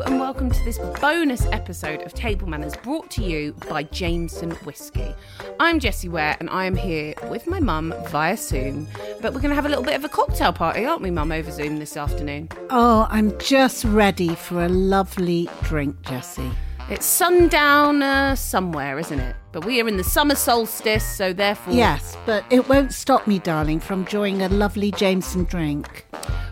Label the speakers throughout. Speaker 1: to this bonus episode of Table Manners brought to you by Jameson Whiskey. I'm Jessie Ware and I am here with my mum via Zoom, but we're going to have a little bit of a cocktail party, aren't we, mum, over Zoom this afternoon?
Speaker 2: Oh, I'm just ready for a lovely drink, Jessie.
Speaker 1: It's sundown uh, somewhere, isn't it? But we are in the summer solstice, so therefore.
Speaker 2: Yes, but it won't stop me, darling, from enjoying a lovely Jameson drink.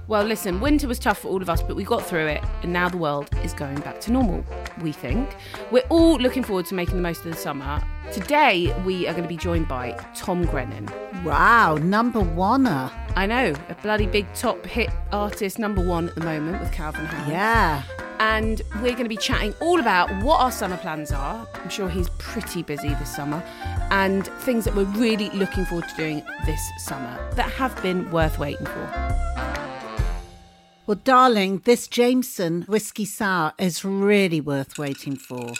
Speaker 1: Well, listen, winter was tough for all of us, but we got through it, and now the world is going back to normal, we think. We're all looking forward to making the most of the summer. Today, we are going to be joined by Tom Grennan.
Speaker 2: Wow, number oneer.
Speaker 1: I know, a bloody big top hit artist, number one at the moment with Calvin Harris.
Speaker 2: Yeah.
Speaker 1: And we're going to be chatting all about what our summer plans are. I'm sure he's pretty busy this summer, and things that we're really looking forward to doing this summer that have been worth waiting for.
Speaker 2: Well, darling, this Jameson whiskey sour is really worth waiting for.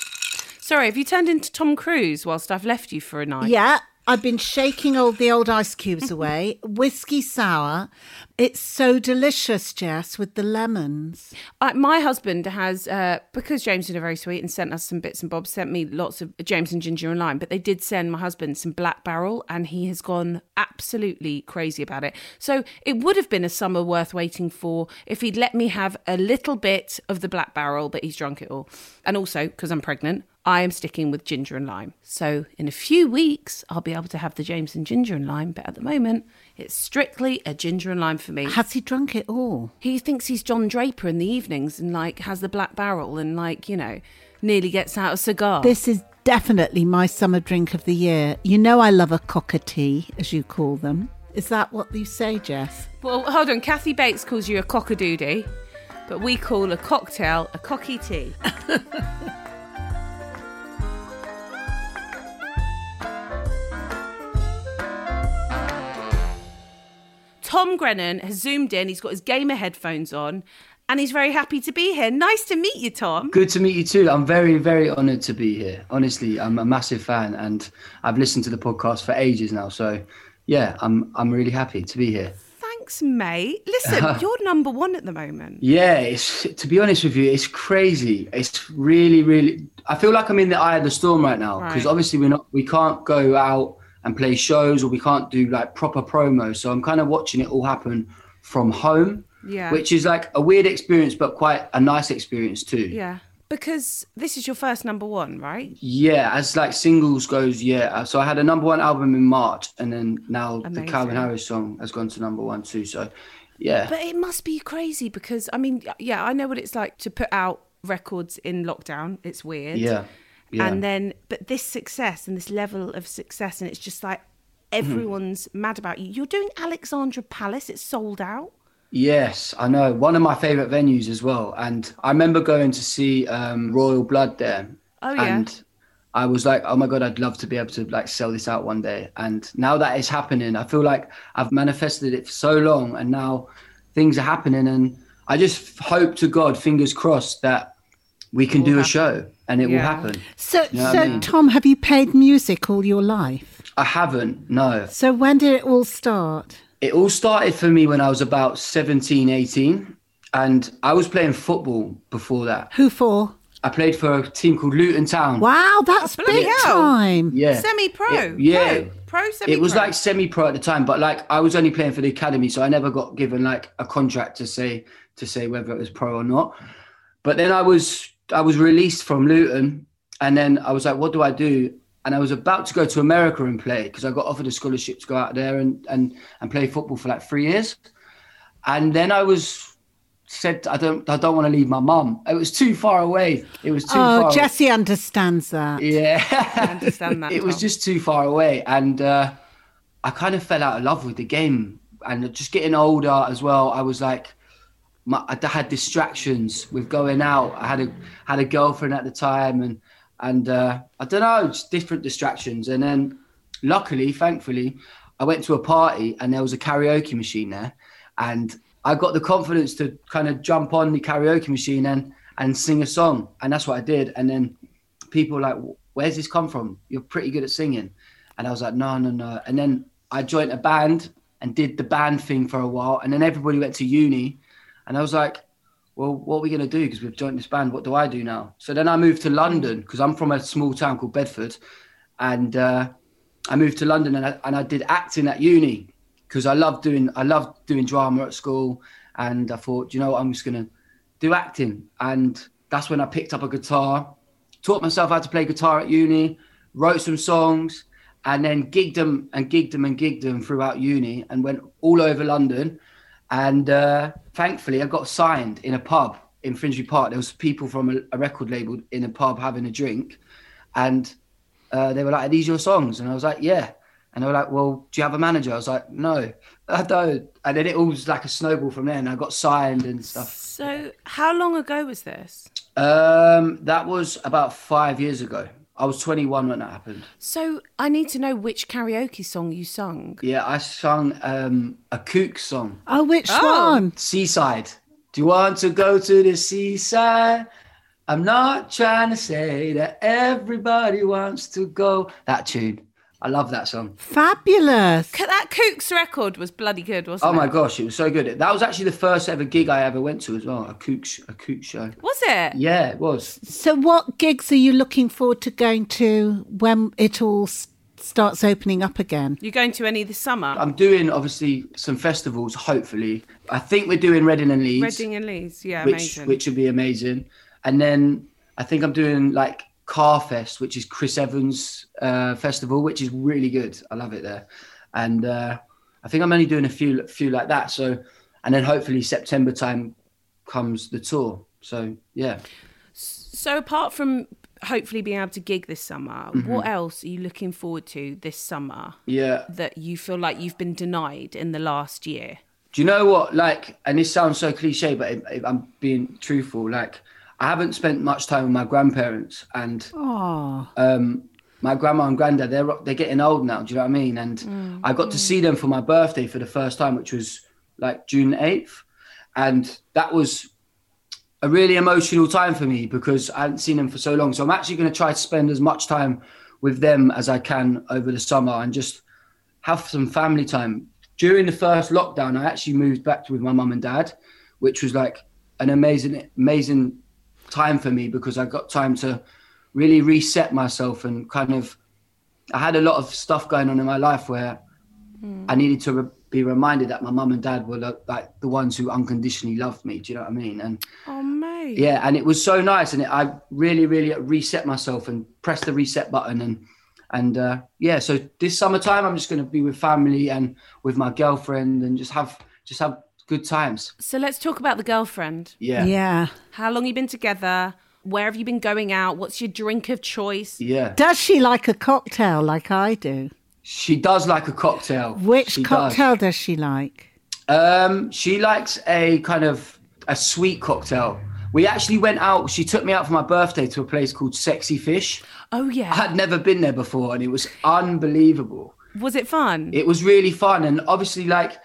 Speaker 1: Sorry, have you turned into Tom Cruise whilst I've left you for a night?
Speaker 2: Yeah, I've been shaking all the old ice cubes away. whiskey sour. It's so delicious, Jess, with the lemons.
Speaker 1: I, my husband has, uh, because Jameson are very sweet and sent us some bits and bobs, sent me lots of Jameson ginger and lime, but they did send my husband some black barrel and he has gone absolutely crazy about it. So it would have been a summer worth waiting for if he'd let me have a little bit of the black barrel, but he's drunk it all. And also, because I'm pregnant, I am sticking with ginger and lime. So in a few weeks, I'll be able to have the Jameson ginger and lime, but at the moment, it's strictly a ginger and lime for me.
Speaker 2: Has he drunk it all?
Speaker 1: He thinks he's John Draper in the evenings and like has the black barrel and like, you know, nearly gets out a cigar.
Speaker 2: This is definitely my summer drink of the year. You know, I love a cockatee, as you call them. Is that what you say, Jess?
Speaker 1: well, hold on, Kathy Bates calls you a cockadoodie, but we call a cocktail a cocky tea. Tom Grennan has zoomed in, he's got his gamer headphones on, and he's very happy to be here. Nice to meet you, Tom.
Speaker 3: Good to meet you too. I'm very, very honoured to be here. Honestly, I'm a massive fan, and I've listened to the podcast for ages now. So, yeah, I'm I'm really happy to be here.
Speaker 1: Thanks, mate. Listen, you're number one at the moment.
Speaker 3: Yeah, it's to be honest with you, it's crazy. It's really, really. I feel like I'm in the eye of the storm right now because
Speaker 1: Right.
Speaker 3: obviously we're not, we can't go out and play shows or we can't do like proper promo. So I'm kind of watching it all happen from home,
Speaker 1: Yeah.
Speaker 3: which is like a weird experience, but quite a nice experience too.
Speaker 1: Yeah. Mm. Because this is your first number one, right?
Speaker 3: Yeah, as like singles goes, yeah. Uh, So I had a number one album in March, and then now
Speaker 1: Amazing.
Speaker 3: the Calvin Harris song has gone to number one too. So, yeah,
Speaker 1: But it must be crazy because, I mean, yeah, I know what it's like to put out records in lockdown. It's weird.
Speaker 3: yeah, yeah.
Speaker 1: And then, but this success and this level of success, and it's just like Mm-hmm. everyone's mad about you. You're doing Alexandra Palace, it's sold out.
Speaker 3: yes, I know. One of my favorite venues as well. And I remember going to see um, Royal Blood there.
Speaker 1: Oh, yeah.
Speaker 3: And I was like, oh my god, I'd love to be able to like sell this out one day. And now that is happening, I feel like I've manifested it for so long, and now things are happening. And I just hope to God, fingers crossed, that we can do a show and it will
Speaker 1: Yeah.
Speaker 3: happen.
Speaker 2: So,
Speaker 3: know what
Speaker 2: so
Speaker 3: I mean?
Speaker 2: Tom, have you played music all your life?
Speaker 3: I haven't, no.
Speaker 2: So, when did it all start?
Speaker 3: It all started for me when I was about 17, 18. And I was playing football before that.
Speaker 2: Who for?
Speaker 3: I played for a team called Luton Town.
Speaker 2: Wow, that's
Speaker 1: bloody
Speaker 2: big
Speaker 1: hell.
Speaker 2: time.
Speaker 3: Yeah.
Speaker 1: Semi pro.
Speaker 3: It- yeah.
Speaker 1: Pro, semi pro.
Speaker 3: It was like semi pro at the time, but like I was only playing for the academy, so I never got given like a contract to say to say whether it was pro or not. But then I was I was released from Luton and then I was like, what do I do? And I was about to go to America and play because I got offered a scholarship to go out there and, and and play football for like three years. And then I was said I don't I don't want to leave my mum. It was too far away. It was too far
Speaker 2: Oh,
Speaker 3: away.
Speaker 2: Jesse understands that.
Speaker 3: Yeah.
Speaker 1: I understand that.
Speaker 3: it was
Speaker 1: Tom.
Speaker 3: just too far away and uh, i kind of fell out of love with the game and just getting older as well i was like my, i had distractions with going out i had a had a girlfriend at the time and and uh, i don't know just different distractions and then luckily thankfully i went to a party and there was a karaoke machine there and i got the confidence to kind of jump on the karaoke machine and and sing a song and that's what i did and then people were like, "Where's this come from? You're pretty good at singing," and I was like, "No, no, no." And then I joined a band and did the band thing for a while, and then everybody went to uni, and I was like, well, what are we going to do? Because we've joined this band. What do I do now? So then I moved to London because I'm from a small town called Bedford. And uh, I moved to London and I, and I did acting at uni because I loved doing, I loved doing drama at school. And I thought, you know what? I'm just going to do acting. And that's when I picked up a guitar, taught myself how to play guitar at uni, wrote some songs and then gigged them and gigged them and gigged them throughout uni and went all over London. And uh, thankfully, I got signed in a pub in Finsbury Park. There was people from a, a record label in a pub having a drink, and uh, they were like, "Are these your songs?" And I was like, "Yeah." And they were like, "Well, do you have a manager?" I was like, "No, I don't." And then it all was like a snowball from there, and I got signed and stuff.
Speaker 1: So, how long ago was this?
Speaker 3: Um, that was about five years ago. I was 21 when that happened.
Speaker 1: So, I need to know which karaoke song you sung.
Speaker 3: Yeah, I sung um, a kook song,
Speaker 2: Oh, which
Speaker 1: Oh.
Speaker 2: one?
Speaker 3: Seaside. Do you want to go to the seaside? I'm not trying to say that everybody wants to go. That tune. I love that song.
Speaker 2: Fabulous.
Speaker 1: C- That Kooks record was bloody good, wasn't
Speaker 3: Oh my
Speaker 1: it?
Speaker 3: gosh, it was so good. That was actually the first ever gig I ever went to as well, a kook, sh- a kook show.
Speaker 1: Was it?
Speaker 3: Yeah, it was.
Speaker 2: So, what gigs are you looking forward to going to when it all s- starts opening up again?
Speaker 1: You're going to any this summer?
Speaker 3: I'm doing obviously some festivals, hopefully. I think we're doing Reading and Leeds.
Speaker 1: Reading and Leeds, yeah,
Speaker 3: which
Speaker 1: amazing.
Speaker 3: which would be amazing. And then I think I'm doing like Carfest, which is Chris Evans' uh, festival, which is really good. I love it there. And uh, I think I'm only doing a few few like that. So, and then hopefully September time comes the tour. So yeah,
Speaker 1: so, apart from hopefully being able to gig this summer,
Speaker 3: Mm-hmm.
Speaker 1: what else are you looking forward to this summer
Speaker 3: yeah.
Speaker 1: that you feel like you've been denied in the last year?
Speaker 3: Do you know what? Like, and this sounds so cliche, but if, if I'm being truthful. Like, I haven't spent much time with my grandparents, and
Speaker 2: Oh,
Speaker 3: um, my grandma and granddad they're they're getting old now. Do you know what I mean? And I got to see them for my birthday for the first time, which was like June eighth, and that was a really emotional time for me because I hadn't seen them for so long. So I'm actually going to try to spend as much time with them as I can over the summer and just have some family time. During the first lockdown, I actually moved back with my mum and dad, which was like an amazing, amazing time for me because I got time to really reset myself and kind of. I had a lot of stuff going on in my life where I needed to re- be reminded that my mum and dad were like, like the ones who unconditionally loved me. Do you know what I mean? And
Speaker 1: Oh, mate.
Speaker 3: yeah, and it was so nice, and it, I really, really reset myself and pressed the reset button, and and uh, yeah. So this summertime, I'm just going to be with family and with my girlfriend, and just have just have good times.
Speaker 1: So, let's talk about the girlfriend.
Speaker 3: Yeah,
Speaker 2: yeah.
Speaker 3: yeah,
Speaker 1: How long you been together? Where have you been going out? What's your drink of choice?
Speaker 2: Does she like a cocktail like I do?
Speaker 3: She does like a cocktail.
Speaker 2: Which
Speaker 3: She does.
Speaker 2: cocktail does. she like?
Speaker 3: Um, she likes a kind of a sweet cocktail. We actually went out. She took me out for my birthday to a place called Sexy Fish.
Speaker 1: Oh,
Speaker 3: I
Speaker 1: yeah.
Speaker 3: had never been there before, and it was unbelievable.
Speaker 1: Was it fun?
Speaker 3: it was really fun and obviously like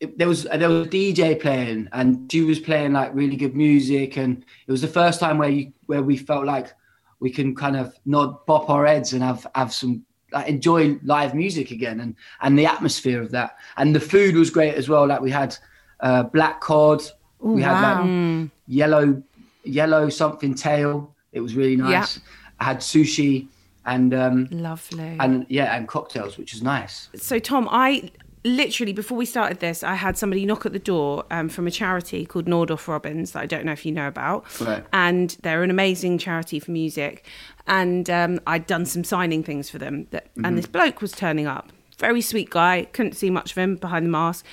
Speaker 3: it- there was there was a DJ playing and she was playing like really good music and it was the first time where you where we felt like we can kind of nod bop our heads and have have some like enjoy live music again and and the atmosphere of that and the food was great as well like we had uh black cod we had like yellow yellow something tail it was really nice i had sushi and um
Speaker 1: Lovely.
Speaker 3: and yeah and cocktails which was nice
Speaker 1: so Tom, I literally before we started this, I had somebody knock at the door um, from a charity called Nordoff Robbins that I don't know if you know about,
Speaker 3: Right.
Speaker 1: and they're an amazing charity for music. And um, I'd done some signing things for them, that, and this bloke was turning up. Very sweet guy, couldn't see much of him behind the mask.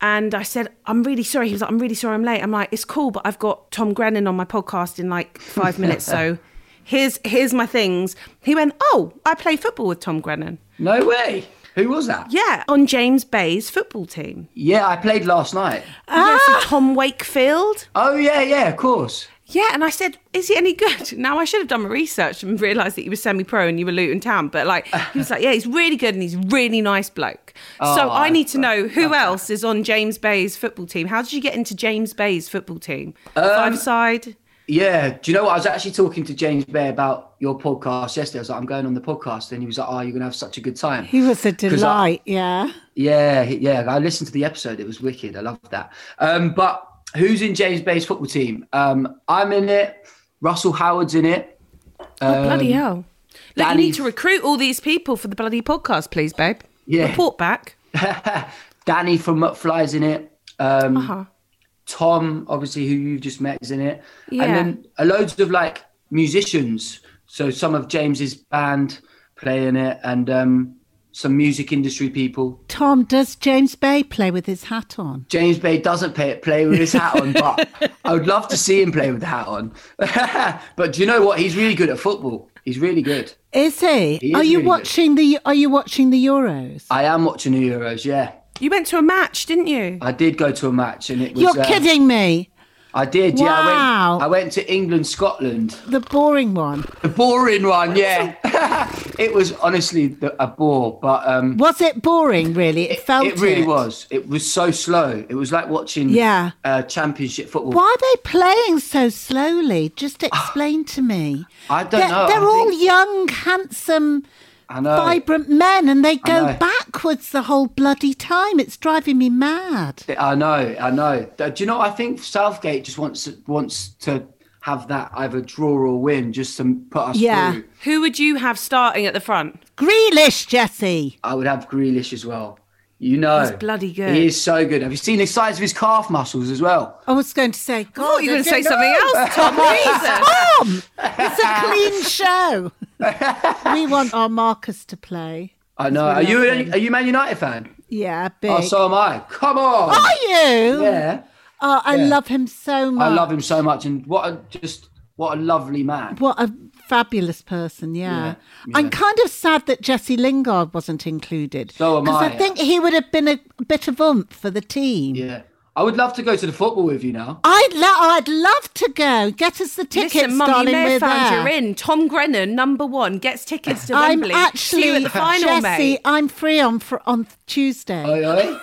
Speaker 1: And I said, I'm really sorry. He was like, I'm really sorry I'm late. I'm like, it's cool, but I've got Tom Grennan on my podcast in like five minutes. So here's here's my things. He went, Oh, I play football with Tom Grennan.
Speaker 3: No way. Who was that?
Speaker 1: Yeah, on James Bay's football team.
Speaker 3: Yeah, I played last night.
Speaker 1: Yeah, so Tom Wakefield.
Speaker 3: Oh yeah, yeah, of course.
Speaker 1: Yeah, and I said, is he any good? Now I should have done my research and realised that he was semi-pro and you were Luton Town, but like he was like, yeah, he's really good and he's a really nice bloke. so
Speaker 3: Oh,
Speaker 1: I need
Speaker 3: that's
Speaker 1: to know who else is on James Bay's football team. How did you get into James Bay's football team?
Speaker 3: Um,
Speaker 1: Five side.
Speaker 3: Yeah. Do you know what? I was actually talking to James Bay about your podcast yesterday. I was like, I'm going on the podcast, and he was like, Oh, you're gonna have such a good time.
Speaker 2: He was a
Speaker 3: 'Cause I-
Speaker 2: delight. yeah.
Speaker 3: Yeah, he- yeah. I listened to the episode. It was wicked. I loved that. Um, but who's in James Bay's football team? Um, I'm in it. Russell Howard's in it.
Speaker 1: Oh, bloody hell. Look, you
Speaker 3: um, Danny-
Speaker 1: need to recruit all these people for the bloody podcast, please, babe.
Speaker 3: Yeah.
Speaker 1: Report back.
Speaker 3: Danny from McFly's in it. Um,
Speaker 2: Oh,
Speaker 1: Uh-huh.
Speaker 3: Tom, obviously, who you've just met, is in it.
Speaker 1: Yeah.
Speaker 3: And then uh, loads of like musicians. So some of James's band play in it and um, some music industry people.
Speaker 2: Tom, does James Bay play with his hat on?
Speaker 3: James Bay doesn't play, play with his hat on, but I would love to see him play with the hat on. but do you know what? He's really good at football. He's really good.
Speaker 2: Is he?
Speaker 3: He is
Speaker 2: are you
Speaker 3: really good.
Speaker 2: watching the Are you watching the Euros?
Speaker 3: I am watching the Euros, yeah.
Speaker 1: You went to a match, didn't you?
Speaker 3: I did go to a match and it was.
Speaker 2: You're
Speaker 3: uh,
Speaker 2: kidding me.
Speaker 3: I did, yeah. I
Speaker 2: Wow.
Speaker 3: went, I went to England, Scotland.
Speaker 2: The boring one.
Speaker 3: The boring one, yeah. it was honestly the, a bore, but um,
Speaker 2: Was it boring? Really, it, felt.
Speaker 3: it really was. It was so slow. It was like watching
Speaker 2: Yeah.
Speaker 3: uh, championship football.
Speaker 2: Why are they playing so slowly? Just explain to me.
Speaker 3: I don't
Speaker 2: they're,
Speaker 3: know. I
Speaker 2: They're all
Speaker 3: think-
Speaker 2: young, handsome,
Speaker 3: I know.
Speaker 2: vibrant men, and they go
Speaker 3: know.
Speaker 2: backwards the whole bloody time. It's driving me mad.
Speaker 3: I know, I know. Do you know? I think Southgate just wants wants to have that either draw or win, just to put us
Speaker 2: Yeah.
Speaker 3: through.
Speaker 1: Who would you have starting at the front?
Speaker 2: Grealish, Jesse.
Speaker 3: I would have Grealish as well. You know,
Speaker 1: He's bloody good.
Speaker 3: He is so good. Have you seen the size of his calf muscles as well?
Speaker 2: I was going to say, God,
Speaker 1: I thought you were going to say
Speaker 2: don't
Speaker 1: something
Speaker 2: Oh, know.
Speaker 1: else, Tom. Jesus.
Speaker 2: Tom, it's a clean show. we want our Marcus to play.
Speaker 3: I know. Are you are you Man United fan?
Speaker 2: Yeah, big.
Speaker 3: Oh, so am I. Come on.
Speaker 2: Are you?
Speaker 3: yeah,
Speaker 2: Oh, I
Speaker 3: Yeah.
Speaker 2: love him so much.
Speaker 3: I love him so much, and what a just what a lovely man.
Speaker 2: What a fabulous person, yeah.
Speaker 3: Yeah,
Speaker 2: I'm
Speaker 3: yeah.
Speaker 2: kind of sad that Jesse Lingard wasn't included.
Speaker 3: So am
Speaker 2: Because I
Speaker 3: I.
Speaker 2: think he would have been a bit of oomph for the team.
Speaker 3: Yeah, I would love to go to the football with you now.
Speaker 2: I'd, lo- I'd love to go. Get us the tickets,
Speaker 1: Listen, Mum, you
Speaker 2: darling.
Speaker 1: may
Speaker 2: we're
Speaker 1: have found
Speaker 2: there.
Speaker 1: you're in. Tom Grennan, number one, gets tickets to
Speaker 2: I'm
Speaker 1: Wembley. See you
Speaker 2: actually
Speaker 1: at the final,
Speaker 2: Jesse.
Speaker 1: mate.
Speaker 2: I'm free on fr- on Tuesday.
Speaker 3: Oi, oi.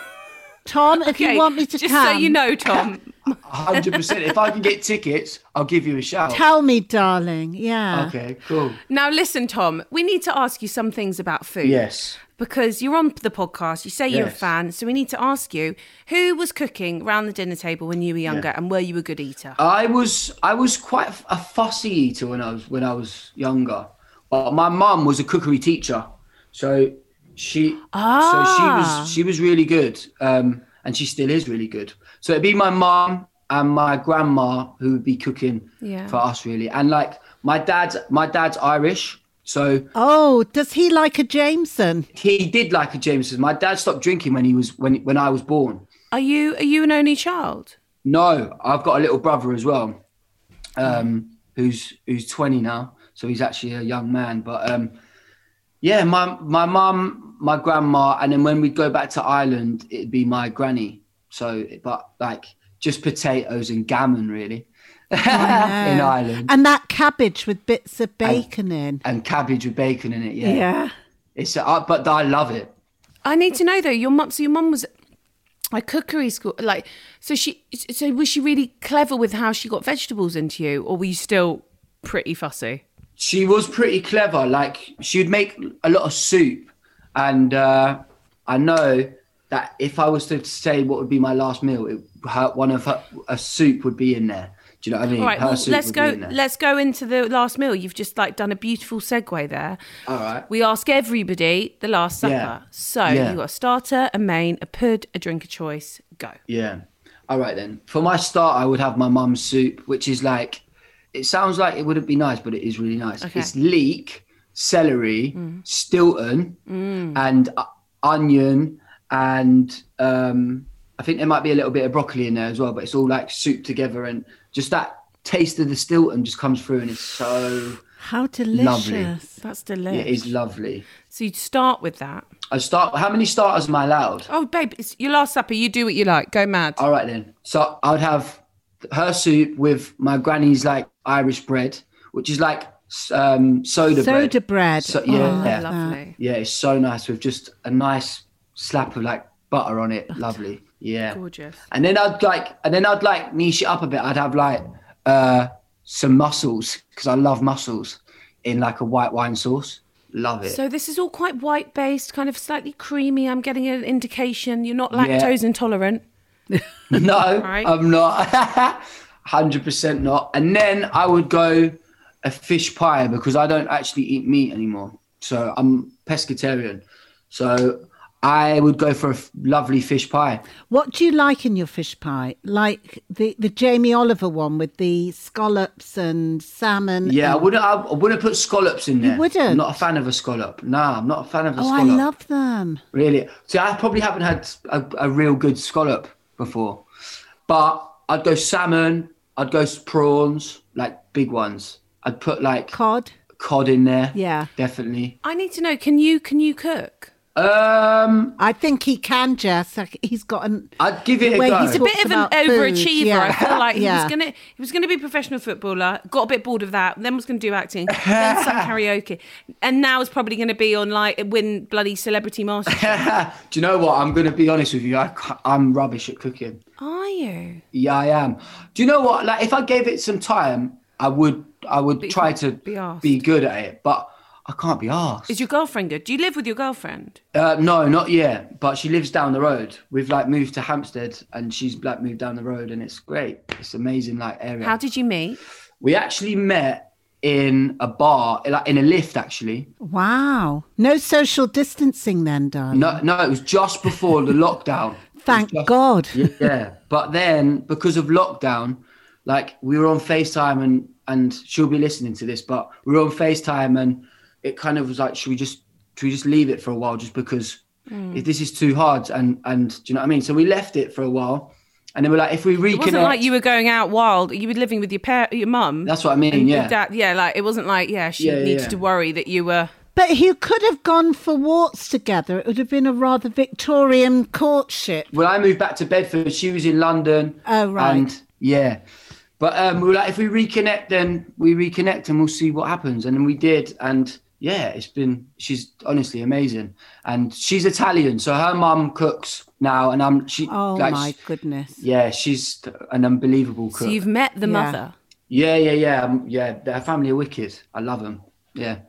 Speaker 2: Tom, if
Speaker 1: Okay,
Speaker 2: you want me to
Speaker 1: just
Speaker 2: come,
Speaker 1: so you know, Tom.
Speaker 3: hundred percent. If I can get tickets, I'll give you a shout.
Speaker 2: tell me, darling. Yeah.
Speaker 3: Okay, cool.
Speaker 1: Now, listen, Tom, we need to ask you some things about food.
Speaker 3: Yes.
Speaker 1: Because you're on the podcast, you say you're a
Speaker 3: Yes.
Speaker 1: fan, so we need to ask you who was cooking round the dinner table when you were younger and were you a good eater?
Speaker 3: I was I was quite a fussy eater when I was when I was younger. But my mum was a cookery teacher, so she so she was she was really good, um, and she still is really good. So it'd be my mum and my grandma who would be cooking
Speaker 1: Yeah.
Speaker 3: for us really, and like my dad's my dad's Irish, so
Speaker 2: Oh, does he like a Jameson?
Speaker 3: he did like a Jameson. My dad stopped drinking when he was when when I was born.
Speaker 1: Are you are you an only child?
Speaker 3: No, I've got a little brother as well, um, who's who's twenty now, so he's actually a young man. But um, yeah, my my mum, my grandma, and then when we'd go back to Ireland, it'd be my granny. So, but like just potatoes and gammon really in Ireland,
Speaker 2: And that cabbage with bits of bacon in.
Speaker 3: and cabbage with bacon in it. Yeah,
Speaker 2: Yeah.
Speaker 3: it's uh, but I love it.
Speaker 1: I need to know though. Your mum, so your mum was a cookery school, like so she. So was she really clever with how she got vegetables into you, or were you still pretty fussy?
Speaker 3: she was pretty clever. Like she would make a lot of soup, and uh, I know that if I was to say what would be my last meal, it, her, one of her a soup would be in there. Do you know what I mean?
Speaker 1: All right,
Speaker 3: her
Speaker 1: well,
Speaker 3: soup
Speaker 1: let's
Speaker 3: would
Speaker 1: go.
Speaker 3: be in there.
Speaker 1: Let's go into the last meal. You've just like done a beautiful segue there.
Speaker 3: All right.
Speaker 1: We ask everybody the Last Supper.
Speaker 3: Yeah.
Speaker 1: So
Speaker 3: Yeah.
Speaker 1: you got a starter, a main, a pud, a drink of choice. Go.
Speaker 3: Yeah. All right then. For my start, I would have my mum's soup, which is like, it sounds like it wouldn't be nice, but it is really nice. It's leek, celery, Stilton, and uh, onion, and um, I think there might be a little bit of broccoli in there as well. But it's all like soup together, and just that taste of the Stilton just comes through, and it's so
Speaker 2: How delicious.
Speaker 1: That's
Speaker 3: it
Speaker 1: delicious.
Speaker 3: is lovely.
Speaker 1: so you start with that.
Speaker 3: I start. How many starters am I allowed?
Speaker 1: Oh, babe, it's your Last Supper. You do what you like. Go mad.
Speaker 3: All right then. So I would have her soup with my granny's like Irish bread, which is like s- um, soda,
Speaker 2: Soda bread.
Speaker 3: So, yeah,
Speaker 2: Oh,
Speaker 3: yeah,
Speaker 1: Lovely.
Speaker 3: yeah. It's so nice with just a nice slap of like butter on it. Lovely. Yeah.
Speaker 1: Gorgeous.
Speaker 3: And then I'd like, and then I'd like niche it up a bit. I'd have like uh, some mussels because I love mussels in like a white wine sauce. Love it.
Speaker 1: So this is all quite white based, kind of slightly creamy. I'm getting an indication you're not
Speaker 3: Yeah.
Speaker 1: lactose intolerant.
Speaker 3: No,
Speaker 1: Right.
Speaker 3: I'm not. 100% not. And then I would go a fish pie because I don't actually eat meat anymore. So I'm pescatarian. So I would go for a f- lovely fish pie.
Speaker 2: What do you like in your fish pie? Like the, the Jamie Oliver one with the scallops and salmon.
Speaker 3: Yeah, I
Speaker 2: and-
Speaker 3: wouldn't. I wouldn't put scallops in there.
Speaker 2: Mm. wouldn't?
Speaker 3: I'm not a fan of a scallop. Nah, I'm not a fan of a
Speaker 2: Oh, I
Speaker 3: scallop.
Speaker 2: love them.
Speaker 3: Really? See, I probably haven't had a, a real good scallop before, but I'd go salmon. I'd go s- prawns, like big ones. I'd put like
Speaker 2: Cod.
Speaker 3: cod in there.
Speaker 2: Yeah.
Speaker 3: definitely.
Speaker 1: I need to know. Can you can you cook?
Speaker 3: Um,
Speaker 2: I think he can, Jess. Like, he's got an.
Speaker 3: I'd give it a
Speaker 2: Wait,
Speaker 3: go.
Speaker 2: he's a
Speaker 1: Bit of an
Speaker 2: about food,
Speaker 1: overachiever. I
Speaker 2: yeah.
Speaker 1: feel like he
Speaker 2: Yeah.
Speaker 1: was gonna he was gonna be a professional footballer. Got a bit bored of that. Then was gonna do acting. then some karaoke, and now is probably gonna be on like win bloody celebrity master.
Speaker 3: Do you know what? I'm gonna be honest with you. I, ca- I'm rubbish at cooking.
Speaker 1: Are you?
Speaker 3: Yeah, I am. Do you know what? Like, if I gave it some time, I would. I would
Speaker 1: you
Speaker 3: try
Speaker 1: can't
Speaker 3: to
Speaker 1: be arsed.
Speaker 3: be good at it, but I can't be asked.
Speaker 1: Is your girlfriend good? Do you live with your girlfriend?
Speaker 3: Uh, no, not yet. But she lives down the road. We've like moved to Hampstead, and she's like moved down the road, and it's great. It's amazing, like area.
Speaker 1: How did you meet?
Speaker 3: we actually met in a bar, like in a lift, actually.
Speaker 2: Wow. No social distancing then, darling.
Speaker 3: No, no, it was just before the lockdown.
Speaker 2: Thank God.
Speaker 3: Yeah, but then because of lockdown, like we were on Facetime, and and she'll be listening to this, but we were on Facetime, and it kind of was like, should we just should we just leave it for a while, just because
Speaker 1: Hmm.
Speaker 3: if this is too hard, and and do you know what I mean? So we left it for a while, and then we're like, if we reconnect,
Speaker 1: It wasn't like you were going out wild. You were living with your par- your mum.
Speaker 3: that's what I mean,
Speaker 1: And
Speaker 3: yeah.
Speaker 1: your dad- yeah, like it wasn't like yeah, she
Speaker 3: Yeah, yeah,
Speaker 1: needed
Speaker 3: yeah.
Speaker 1: to worry that you were.
Speaker 2: But he could have gone for walks together. It would have been a rather Victorian courtship.
Speaker 3: when I moved back to Bedford, she was in London.
Speaker 2: Oh, right.
Speaker 3: And yeah. But um, we were like, if we reconnect, then we reconnect and we'll see what happens. And then we did. And yeah, it's been, she's honestly amazing. And she's Italian. So her mum cooks now. And I'm, she,
Speaker 2: Oh
Speaker 3: like,
Speaker 2: my goodness.
Speaker 3: yeah, she's an unbelievable cook.
Speaker 1: So you've met the
Speaker 2: Yeah.
Speaker 1: mother,
Speaker 3: yeah, yeah, yeah. um, Yeah. Their family are wicked. I love them. Yeah.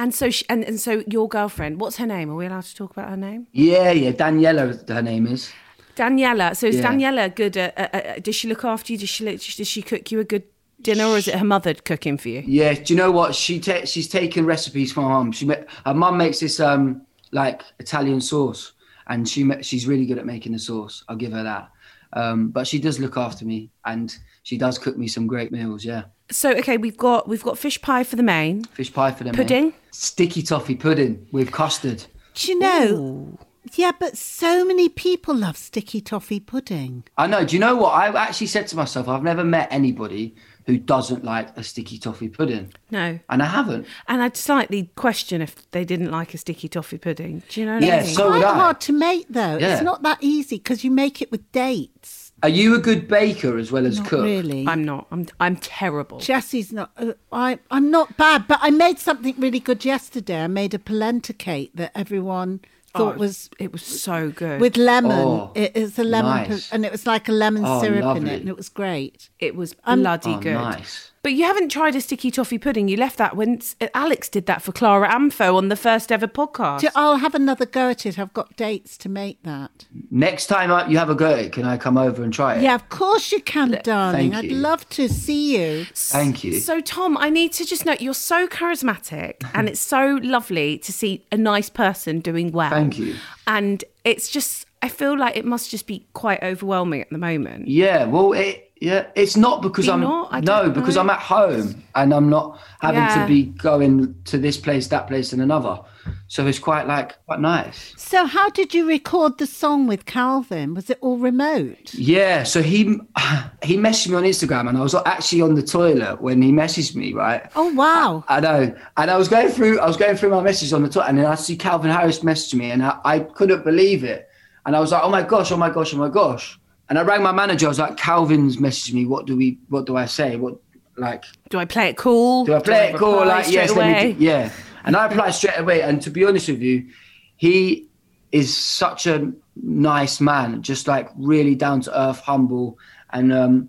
Speaker 1: and so she, and and so your girlfriend. What's her name? Are we allowed to talk about her name?
Speaker 3: Yeah, yeah. Daniela, her name is.
Speaker 1: Daniela. So is
Speaker 3: Yeah.
Speaker 1: Daniela good? At, at, at- at- does she look after you? Does she look- does she cook you a good dinner, or is it her mother cooking for you?
Speaker 3: Yeah, do you know what? She ta- she's taken recipes from her mum. She ma- her mum makes this um like Italian sauce, and she ma- she's really good at making the sauce. I'll give her that. Um, but she does look after me, and she does cook me some great meals. Yeah,
Speaker 1: So okay, we've got we've got fish pie for the main.
Speaker 3: fish pie for them.
Speaker 1: Pudding?
Speaker 3: sticky toffee pudding with custard.
Speaker 2: Do you know? Yeah, but so many people love sticky toffee pudding.
Speaker 3: I know. Do you know what? I've actually said to myself, I've never met anybody who doesn't like a sticky toffee pudding,
Speaker 1: No,
Speaker 3: and I haven't.
Speaker 1: and I'd slightly question if they didn't like a sticky toffee pudding. Do you know? What I
Speaker 3: Yeah,
Speaker 1: mean?
Speaker 3: so would
Speaker 2: Quite
Speaker 3: I.
Speaker 2: hard to make though.
Speaker 3: Yeah.
Speaker 2: It's not that easy because you make it with dates.
Speaker 3: Are you a good baker as well as
Speaker 2: Not
Speaker 3: cook?
Speaker 2: really.
Speaker 1: I'm not. I'm I'm terrible.
Speaker 2: Jesse's not. Uh, I I'm not bad, but I made something really good yesterday. I made a polenta cake that everyone thought
Speaker 1: Oh.
Speaker 2: was
Speaker 1: It was so good.
Speaker 2: with lemon.
Speaker 3: Oh,
Speaker 2: it is a lemon, po-
Speaker 3: nice.
Speaker 2: and it was like a lemon
Speaker 3: Oh,
Speaker 2: syrup in
Speaker 3: lovely.
Speaker 2: it, and it was great.
Speaker 1: it was bloody
Speaker 3: Oh,
Speaker 1: good.
Speaker 3: nice.
Speaker 1: But you haven't tried a sticky toffee pudding. You left that when S- Alex did that for Clara Amfo on the first ever podcast.
Speaker 2: So I'll have another go at it. I've got dates to make that.
Speaker 3: Next time I, you have a go at it, can I come over and try it?
Speaker 2: Yeah, of course you can, darling.
Speaker 3: thank
Speaker 2: I'd
Speaker 3: you.
Speaker 2: love to see you.
Speaker 3: Thank you.
Speaker 1: So Tom, I need to just note you're so charismatic and it's so lovely to see a nice person doing well.
Speaker 3: Thank you.
Speaker 1: And it's just I feel like it must just be quite overwhelming at the moment.
Speaker 3: Yeah, well, it yeah, it's not because
Speaker 1: Be
Speaker 3: I'm
Speaker 1: not? I
Speaker 3: no
Speaker 1: don't
Speaker 3: because
Speaker 1: know.
Speaker 3: I'm at home and I'm not having
Speaker 1: Yeah.
Speaker 3: to be going to this place, that place, and another. So it's quite like quite nice.
Speaker 2: So, how did you record the song with Calvin? Was it all remote?
Speaker 3: Yeah. So he he messaged me on Instagram, and I was actually on the toilet when he messaged me. Right.
Speaker 2: Oh wow!
Speaker 3: I know, and I was going through. I was going through my messages on the toilet, and then I see Calvin Harris message me, and I, I couldn't believe it. And I was like, "Oh my gosh! Oh my gosh! Oh my gosh!" And I rang my manager. I was like, "Calvin's messaged me. What do we? What do I say? What like
Speaker 1: Do I play it cool?
Speaker 3: do I play it cool?
Speaker 1: reply
Speaker 3: Like yes,
Speaker 1: straight
Speaker 3: let me
Speaker 1: away?
Speaker 3: do, yeah." And I replied straight away. And to be honest with you, he is such a nice man, just like really down to earth, humble, and um,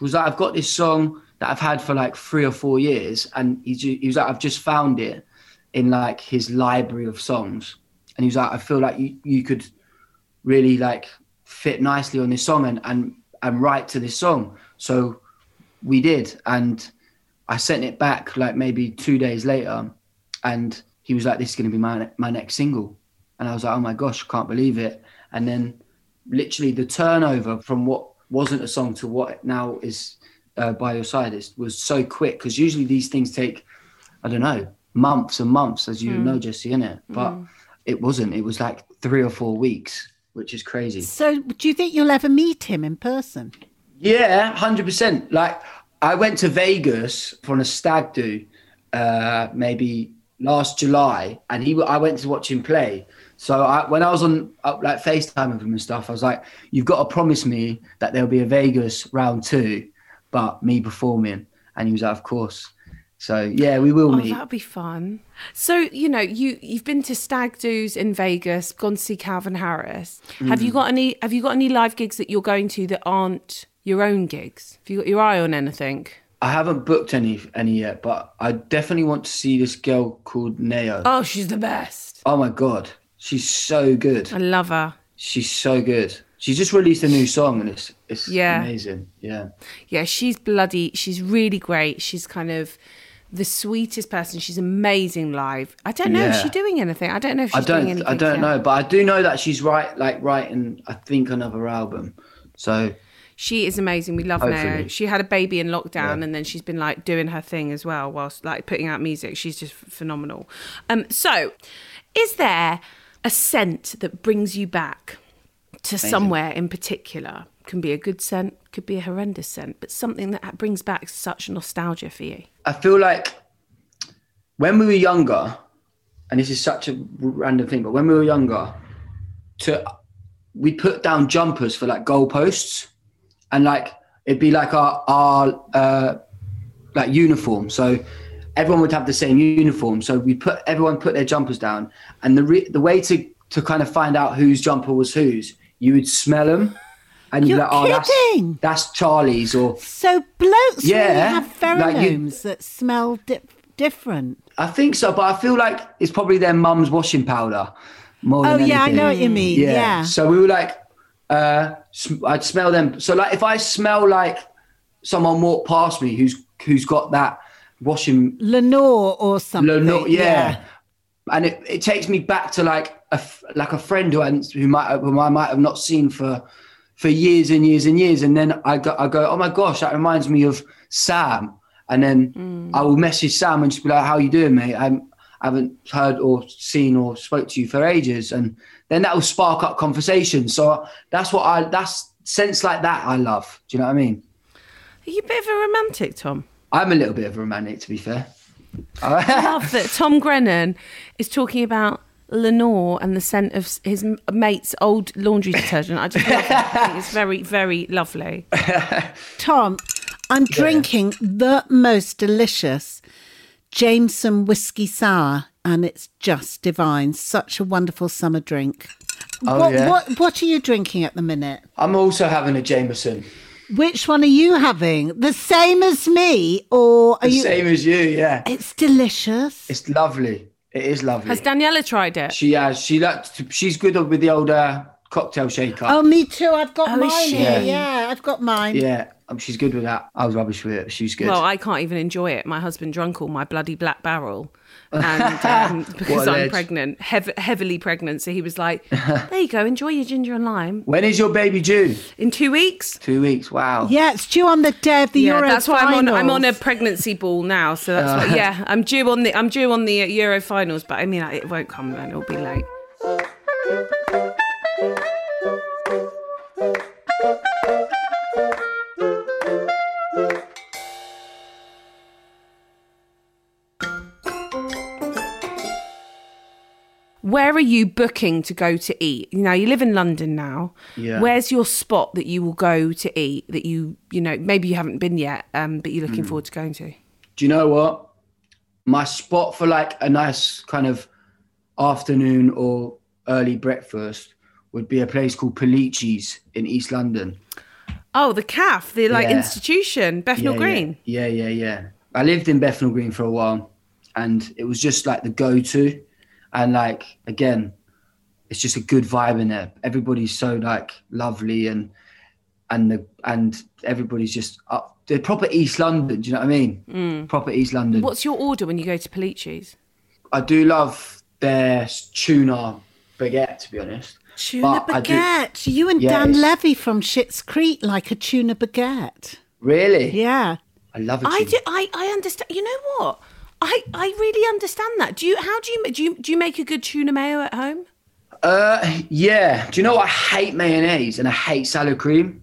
Speaker 3: was like, I've got this song that I've had for like three or four years, and he, ju- he was like, I've just found it in like his library of songs, and he was like, I feel like you, you could really like fit nicely on this song and and and write to this song. So we did, and I sent it back like maybe two days later, and he was like, "This is going to be my my next single," and I was like, "Oh my gosh, can't believe it!" And then literally the turnover from what wasn't a song to what now is uh, by your side is, was so quick because usually these things take I don't know months and months, as you know, Jesse, innit? But it wasn't. It was like three or four weeks, which is crazy.
Speaker 2: So, do you think you'll ever meet him in person?
Speaker 3: Yeah, hundred percent. Like I went to Vegas on a stag do, uh, maybe last July, and he I went to watch him play. So I, when I was on uh, like FaceTime with him and stuff, I was like, "You've got to promise me that there'll be a Vegas round two, but me performing." And he was like, "Of course." So yeah, we will
Speaker 1: Oh,
Speaker 3: meet.
Speaker 1: that'd be fun. So you know, you you've been to stag do's in Vegas, gone to see Calvin Harris. Have
Speaker 3: Mm.
Speaker 1: you got any? Have you got any live gigs that you're going to that aren't your own gigs? Have you got your eye on anything?
Speaker 3: I haven't booked any any yet, but I definitely want to see this girl called Neo.
Speaker 1: Oh, she's the best.
Speaker 3: oh my god, she's so good.
Speaker 1: I love her.
Speaker 3: She's so good. She just released a new song and it's it's
Speaker 1: Yeah.
Speaker 3: amazing. Yeah.
Speaker 1: yeah, she's bloody. She's really great. She's kind of the sweetest person. She's amazing live. I don't know. Is
Speaker 3: Yeah.
Speaker 1: she doing anything? I don't know if
Speaker 3: I
Speaker 1: she's doing
Speaker 3: don't
Speaker 1: anything.
Speaker 3: I don't
Speaker 1: yet.
Speaker 3: know, but I do know that she's right like writing I think another album. So
Speaker 1: She is amazing. We love Nao.
Speaker 3: Hopefully.
Speaker 1: She had a baby in lockdown, and then she's been like doing her thing as well, whilst like putting out music. She's just phenomenal. Um, so is there a scent that brings you back to somewhere in particular? Can be a good scent, could be a horrendous scent, but something that brings back such nostalgia for you.
Speaker 3: I feel like when we were younger, and this is such a random thing, but when we were younger, to we put down jumpers for like goalposts, and like it'd be like our our uh, like uniform. So everyone would have the same uniform. So we put everyone put their jumpers down, and the re- the way to to kind of find out whose jumper was whose, you would smell them, and you'd be
Speaker 2: You're
Speaker 3: like, oh,
Speaker 2: kidding.
Speaker 3: that's that's Charlie's or
Speaker 2: So blokes
Speaker 3: Yeah,
Speaker 2: really have
Speaker 3: like you-
Speaker 2: pheromones that smell di- different.
Speaker 3: I think so, but I feel like it's probably their mum's washing powder. More
Speaker 2: Oh
Speaker 3: than
Speaker 2: yeah, I
Speaker 3: anything.
Speaker 2: know what you mean. Yeah.
Speaker 3: So we were like, uh, sm- I'd smell them. So like, if I smell like someone walked past me who's who's got that washing,
Speaker 2: Lenore or something.
Speaker 3: no, yeah. and it, it takes me back to like a f- like a friend who I hadn't- who might have- who I might have not seen for for years and years and years, and then I go I go, oh my gosh, that reminds me of Sam, and then I will message Sam and just be like, how you doing, mate? I'm, I haven't heard or seen or spoke to you for ages, and then that will spark up conversation. So that's what I that's sense like that I love. Do you know what I mean?
Speaker 1: Are you a bit of a romantic, Tom?
Speaker 3: I'm a little bit of a romantic, to be fair.
Speaker 1: love that Tom Grennan is talking about Lenore and the scent of s- his m- mate's old laundry detergent. I just love that. I think it's very, very lovely.
Speaker 2: Tom, I'm drinking the most delicious Jameson whiskey sour, and it's just divine. Such a wonderful summer drink. what,
Speaker 3: Oh, yeah?
Speaker 2: what what are you drinking at the minute?
Speaker 3: I'm also having a Jameson,
Speaker 2: Which one are you having? The same as me, or are you?
Speaker 3: same as you, yeah.
Speaker 2: It's delicious.
Speaker 3: It's lovely. It is lovely.
Speaker 1: Has Daniela tried it?
Speaker 3: she has. She likes. She's good with the old uh, cocktail shaker.
Speaker 2: Oh, me too. I've got
Speaker 1: is
Speaker 2: mine
Speaker 1: she?
Speaker 2: here.
Speaker 1: Yeah.
Speaker 2: Yeah, I've got mine.
Speaker 3: Yeah, um, she's good with that. I was rubbish with it. She's good.
Speaker 1: Well, I can't even enjoy it. My husband drunk all my bloody black barrel. And um, because
Speaker 3: a
Speaker 1: I'm
Speaker 3: ledge.
Speaker 1: pregnant, heav- heavily pregnant. So he was like, there you go, enjoy your ginger and lime.
Speaker 3: when is your baby due?
Speaker 1: In two weeks?
Speaker 3: Two weeks. Wow.
Speaker 2: Yeah, it's due on the day of the
Speaker 1: Yeah,
Speaker 2: Euro
Speaker 1: that's why I'm on, I'm on a
Speaker 2: finals.
Speaker 1: pregnancy ball now. So that's why, yeah, I'm due on the I'm due on the uh, Euro finals, but I mean like, it won't come then; it'll be late. Where are you booking to go to eat? Now you live in London now.
Speaker 3: Yeah.
Speaker 1: Where's your spot that you will go to eat that you you know maybe you haven't been yet, um, but you're looking
Speaker 3: Hmm.
Speaker 1: forward to going to?
Speaker 3: Do you know what? My spot for like a nice kind of afternoon or early breakfast would be a place called Polici's in East London.
Speaker 1: Oh, the CAF, the like
Speaker 3: Yeah.
Speaker 1: institution, Bethnal
Speaker 3: yeah,
Speaker 1: Green.
Speaker 3: Yeah, yeah, yeah, yeah. I lived in Bethnal Green for a while, and it was just like the go-to, and like again, it's just a good vibe in there. Everybody's so like lovely and and the and everybody's just up. They're proper East London. Do you know what I mean? Proper East London.
Speaker 1: What's your order when you go to Polici's?
Speaker 3: I do love their tuna baguette, to be honest.
Speaker 2: Tuna
Speaker 3: But I do-
Speaker 2: baguette. You and
Speaker 3: Yeah,
Speaker 2: Dan
Speaker 3: it's-
Speaker 2: Levy from Schitt's Creek like a tuna baguette.
Speaker 3: Really?
Speaker 2: Yeah.
Speaker 3: I love it.
Speaker 1: I do. I, I understand. You know what? I, I really understand that. Do you? How do you do? You, do you make a good tuna mayo at home?
Speaker 3: Uh, yeah. Do you know what? I hate mayonnaise and I hate salad cream,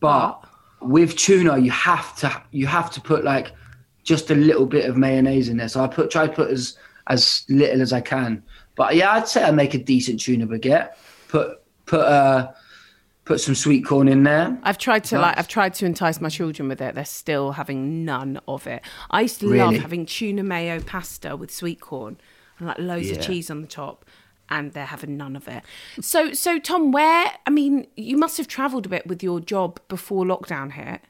Speaker 3: but with tuna you have to you have to put like just a little bit of mayonnaise in there. So I put try to put as as little as I can. But yeah, I'd say I make a decent tuna baguette. Put put uh put some sweet corn in there.
Speaker 1: I've tried to like I've tried to entice my children with it. They're still having none of it. I used to love
Speaker 3: Really?
Speaker 1: having tuna mayo pasta with sweet corn and like loads
Speaker 3: Yeah.
Speaker 1: of cheese on the top, and they're having none of it. So so Tom, where I mean, you must have travelled a bit with your job before lockdown hit.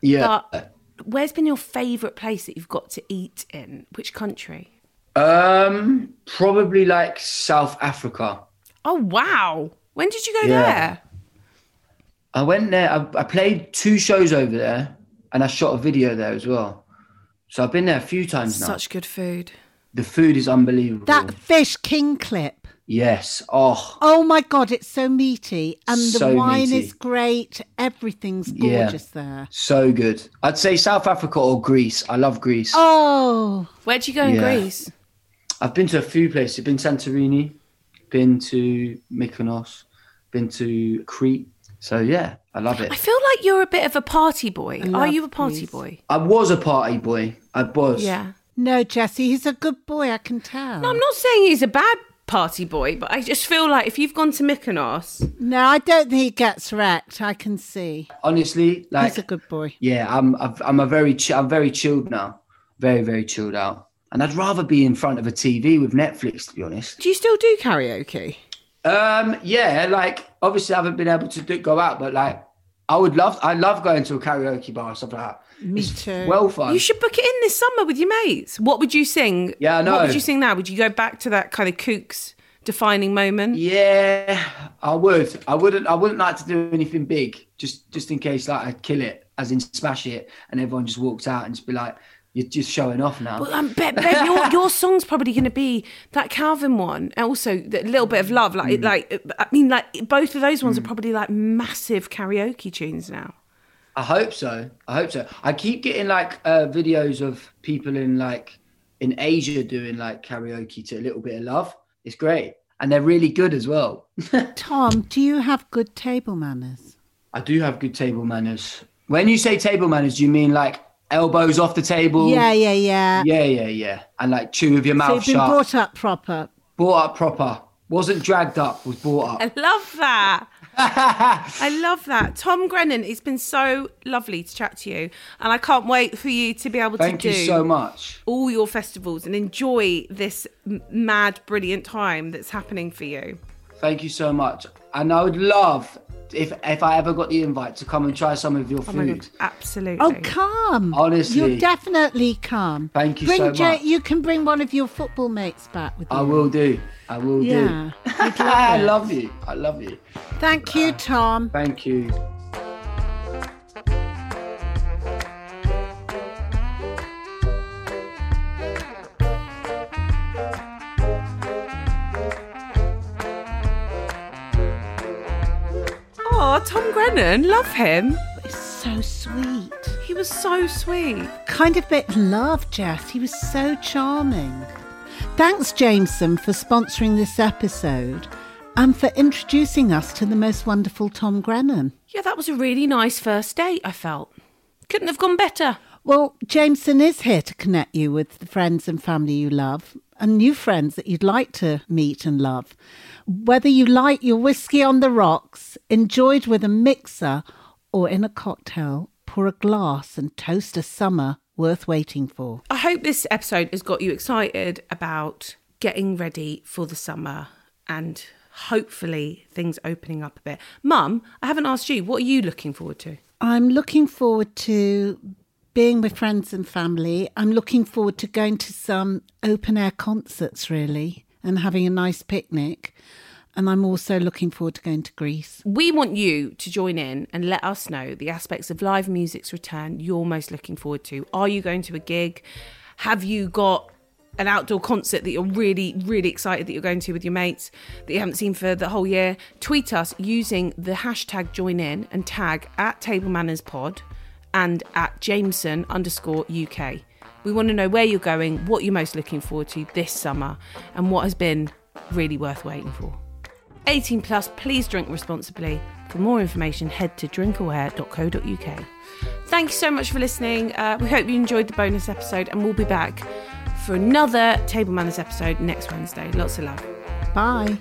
Speaker 3: Yeah.
Speaker 1: But where's been your favourite place that you've got to eat in? Which country?
Speaker 3: um probably like South Africa.
Speaker 1: Oh wow! When did you go
Speaker 3: Yeah.
Speaker 1: there?
Speaker 3: I went there. I, I played two shows over there, and I shot a video there as well. So I've been there a few times now.
Speaker 1: Such good food.
Speaker 3: The food is unbelievable.
Speaker 2: That fish king clip.
Speaker 3: yes. Oh,
Speaker 2: Oh my God, it's so meaty. And the
Speaker 3: So
Speaker 2: wine
Speaker 3: meaty.
Speaker 2: is great. Everything's
Speaker 3: Yeah.
Speaker 2: gorgeous there.
Speaker 3: so good. I'd say South Africa or Greece. I love Greece.
Speaker 2: Oh,
Speaker 1: Where'd you go in
Speaker 3: Yeah.
Speaker 1: Greece?
Speaker 3: I've been to a few places. Been Santorini, been to Mykonos, been to Crete. So yeah, I love it.
Speaker 1: I feel like you're a bit of a party boy. Are
Speaker 2: love
Speaker 1: you a party
Speaker 2: Greece.
Speaker 1: boy?
Speaker 3: I was a party boy. I was.
Speaker 1: Yeah.
Speaker 2: no, Jesse, he's a good boy. I can tell.
Speaker 1: I'm not saying he's a bad party boy, but I just feel like if you've gone to Mykonos,
Speaker 2: No, I don't think he gets wrecked. I can see.
Speaker 3: Honestly, like
Speaker 2: He's a good boy.
Speaker 3: yeah, I'm. I've, I'm a very. Chi- I'm very chilled now. Very very chilled out. And I'd rather be in front of a TV with Netflix, to be honest.
Speaker 1: do you still do karaoke?
Speaker 3: Um, yeah, like obviously I haven't been able to do, go out, but like I would love, I love going to a karaoke bar or something like that.
Speaker 2: Me
Speaker 3: It's
Speaker 2: too.
Speaker 3: Well fun.
Speaker 1: You should book it in this summer with your mates. What would you sing?
Speaker 3: Um, Yeah, I know.
Speaker 1: What would you sing now? Would you go back to that kind of kooks defining moment?
Speaker 3: yeah, I would. I wouldn't. I wouldn't like to do anything big, just just in case like I kill it, as in smash it, and everyone just walks out and just be like, "You're just showing off now."
Speaker 1: Well, um, Beb, Beb, your, your song's probably going to be that Calvin one, and also the little bit of love.
Speaker 3: Hmm.
Speaker 1: Like, like I mean, like both of those ones are probably like massive karaoke tunes now.
Speaker 3: I hope so. I hope so. I keep getting like uh, videos of people in like in Asia doing like karaoke to a little bit of love. It's great, and they're really good as well.
Speaker 2: Tom, do you have good table manners?
Speaker 3: I do have good table manners. When you say table manners, do you mean like elbows off the table?
Speaker 2: Yeah, yeah, yeah.
Speaker 3: Yeah, yeah, yeah. And like chew with your
Speaker 2: so
Speaker 3: mouth
Speaker 2: you've been
Speaker 3: shut. Brought-,
Speaker 2: brought up proper.
Speaker 3: up proper. Wasn't dragged up, was brought
Speaker 1: I
Speaker 3: up.
Speaker 1: love that. I love that. Tom Grennan, it's been so lovely to chat to you. And I can't wait for you to be able
Speaker 3: Thank
Speaker 1: to
Speaker 3: you
Speaker 1: do
Speaker 3: so much.
Speaker 1: all your festivals and enjoy this m- mad, brilliant time that's happening for you.
Speaker 3: Thank you so much. And I would love if if I ever got the invite to come and try some of your
Speaker 1: Oh my God,
Speaker 3: food.
Speaker 1: absolutely.
Speaker 2: Oh, come.
Speaker 3: Honestly.
Speaker 2: You'll definitely come.
Speaker 3: Thank you
Speaker 2: bring
Speaker 3: so
Speaker 2: Ja-
Speaker 3: much.
Speaker 2: you can bring one of your football mates back with you.
Speaker 3: I will do. I will
Speaker 2: Yeah.
Speaker 3: do. I love you. I love you.
Speaker 2: Thank you, Tom.
Speaker 3: Thank you.
Speaker 1: Oh, Tom Grennan, love him.
Speaker 2: It's so sweet.
Speaker 1: He was so sweet.
Speaker 2: Kind of bit love, Jess. He was so charming. Thanks, Jameson, for sponsoring this episode and for introducing us to the most wonderful Tom Grennan.
Speaker 1: Yeah, that was a really nice first date, I felt. Couldn't have gone better.
Speaker 2: Well, Jameson is here to connect you with the friends and family you love and new friends that you'd like to meet and love. Whether you like your whiskey on the rocks, enjoyed with a mixer, or in a cocktail, pour a glass and toast a summer worth waiting for.
Speaker 1: I hope this episode has got you excited about getting ready for the summer and hopefully things opening up a bit. Mum, I haven't asked you, what are you looking forward to?
Speaker 2: I'm looking forward to being with friends and family. I'm looking forward to going to some open air concerts, really, and having a nice picnic. And I'm also looking forward to going to Greece.
Speaker 1: We want you to join in and let us know the aspects of live music's return you're most looking forward to. Are you going to a gig? Have you got an outdoor concert that you're really, really excited that you're going to with your mates that you haven't seen for the whole year? Tweet us using the hashtag join in and tag at Table Manners Pod and at Jameson underscore UK. We want to know where you're going, what you're most looking forward to this summer, and what has been really worth waiting for. 18 plus, please drink responsibly. For more information, head to drinkaware.co.uk. Thank you so much for listening. Uh, we hope you enjoyed the bonus episode, and we'll be back for another Table Manners episode next Wednesday. Lots of love.
Speaker 2: Bye.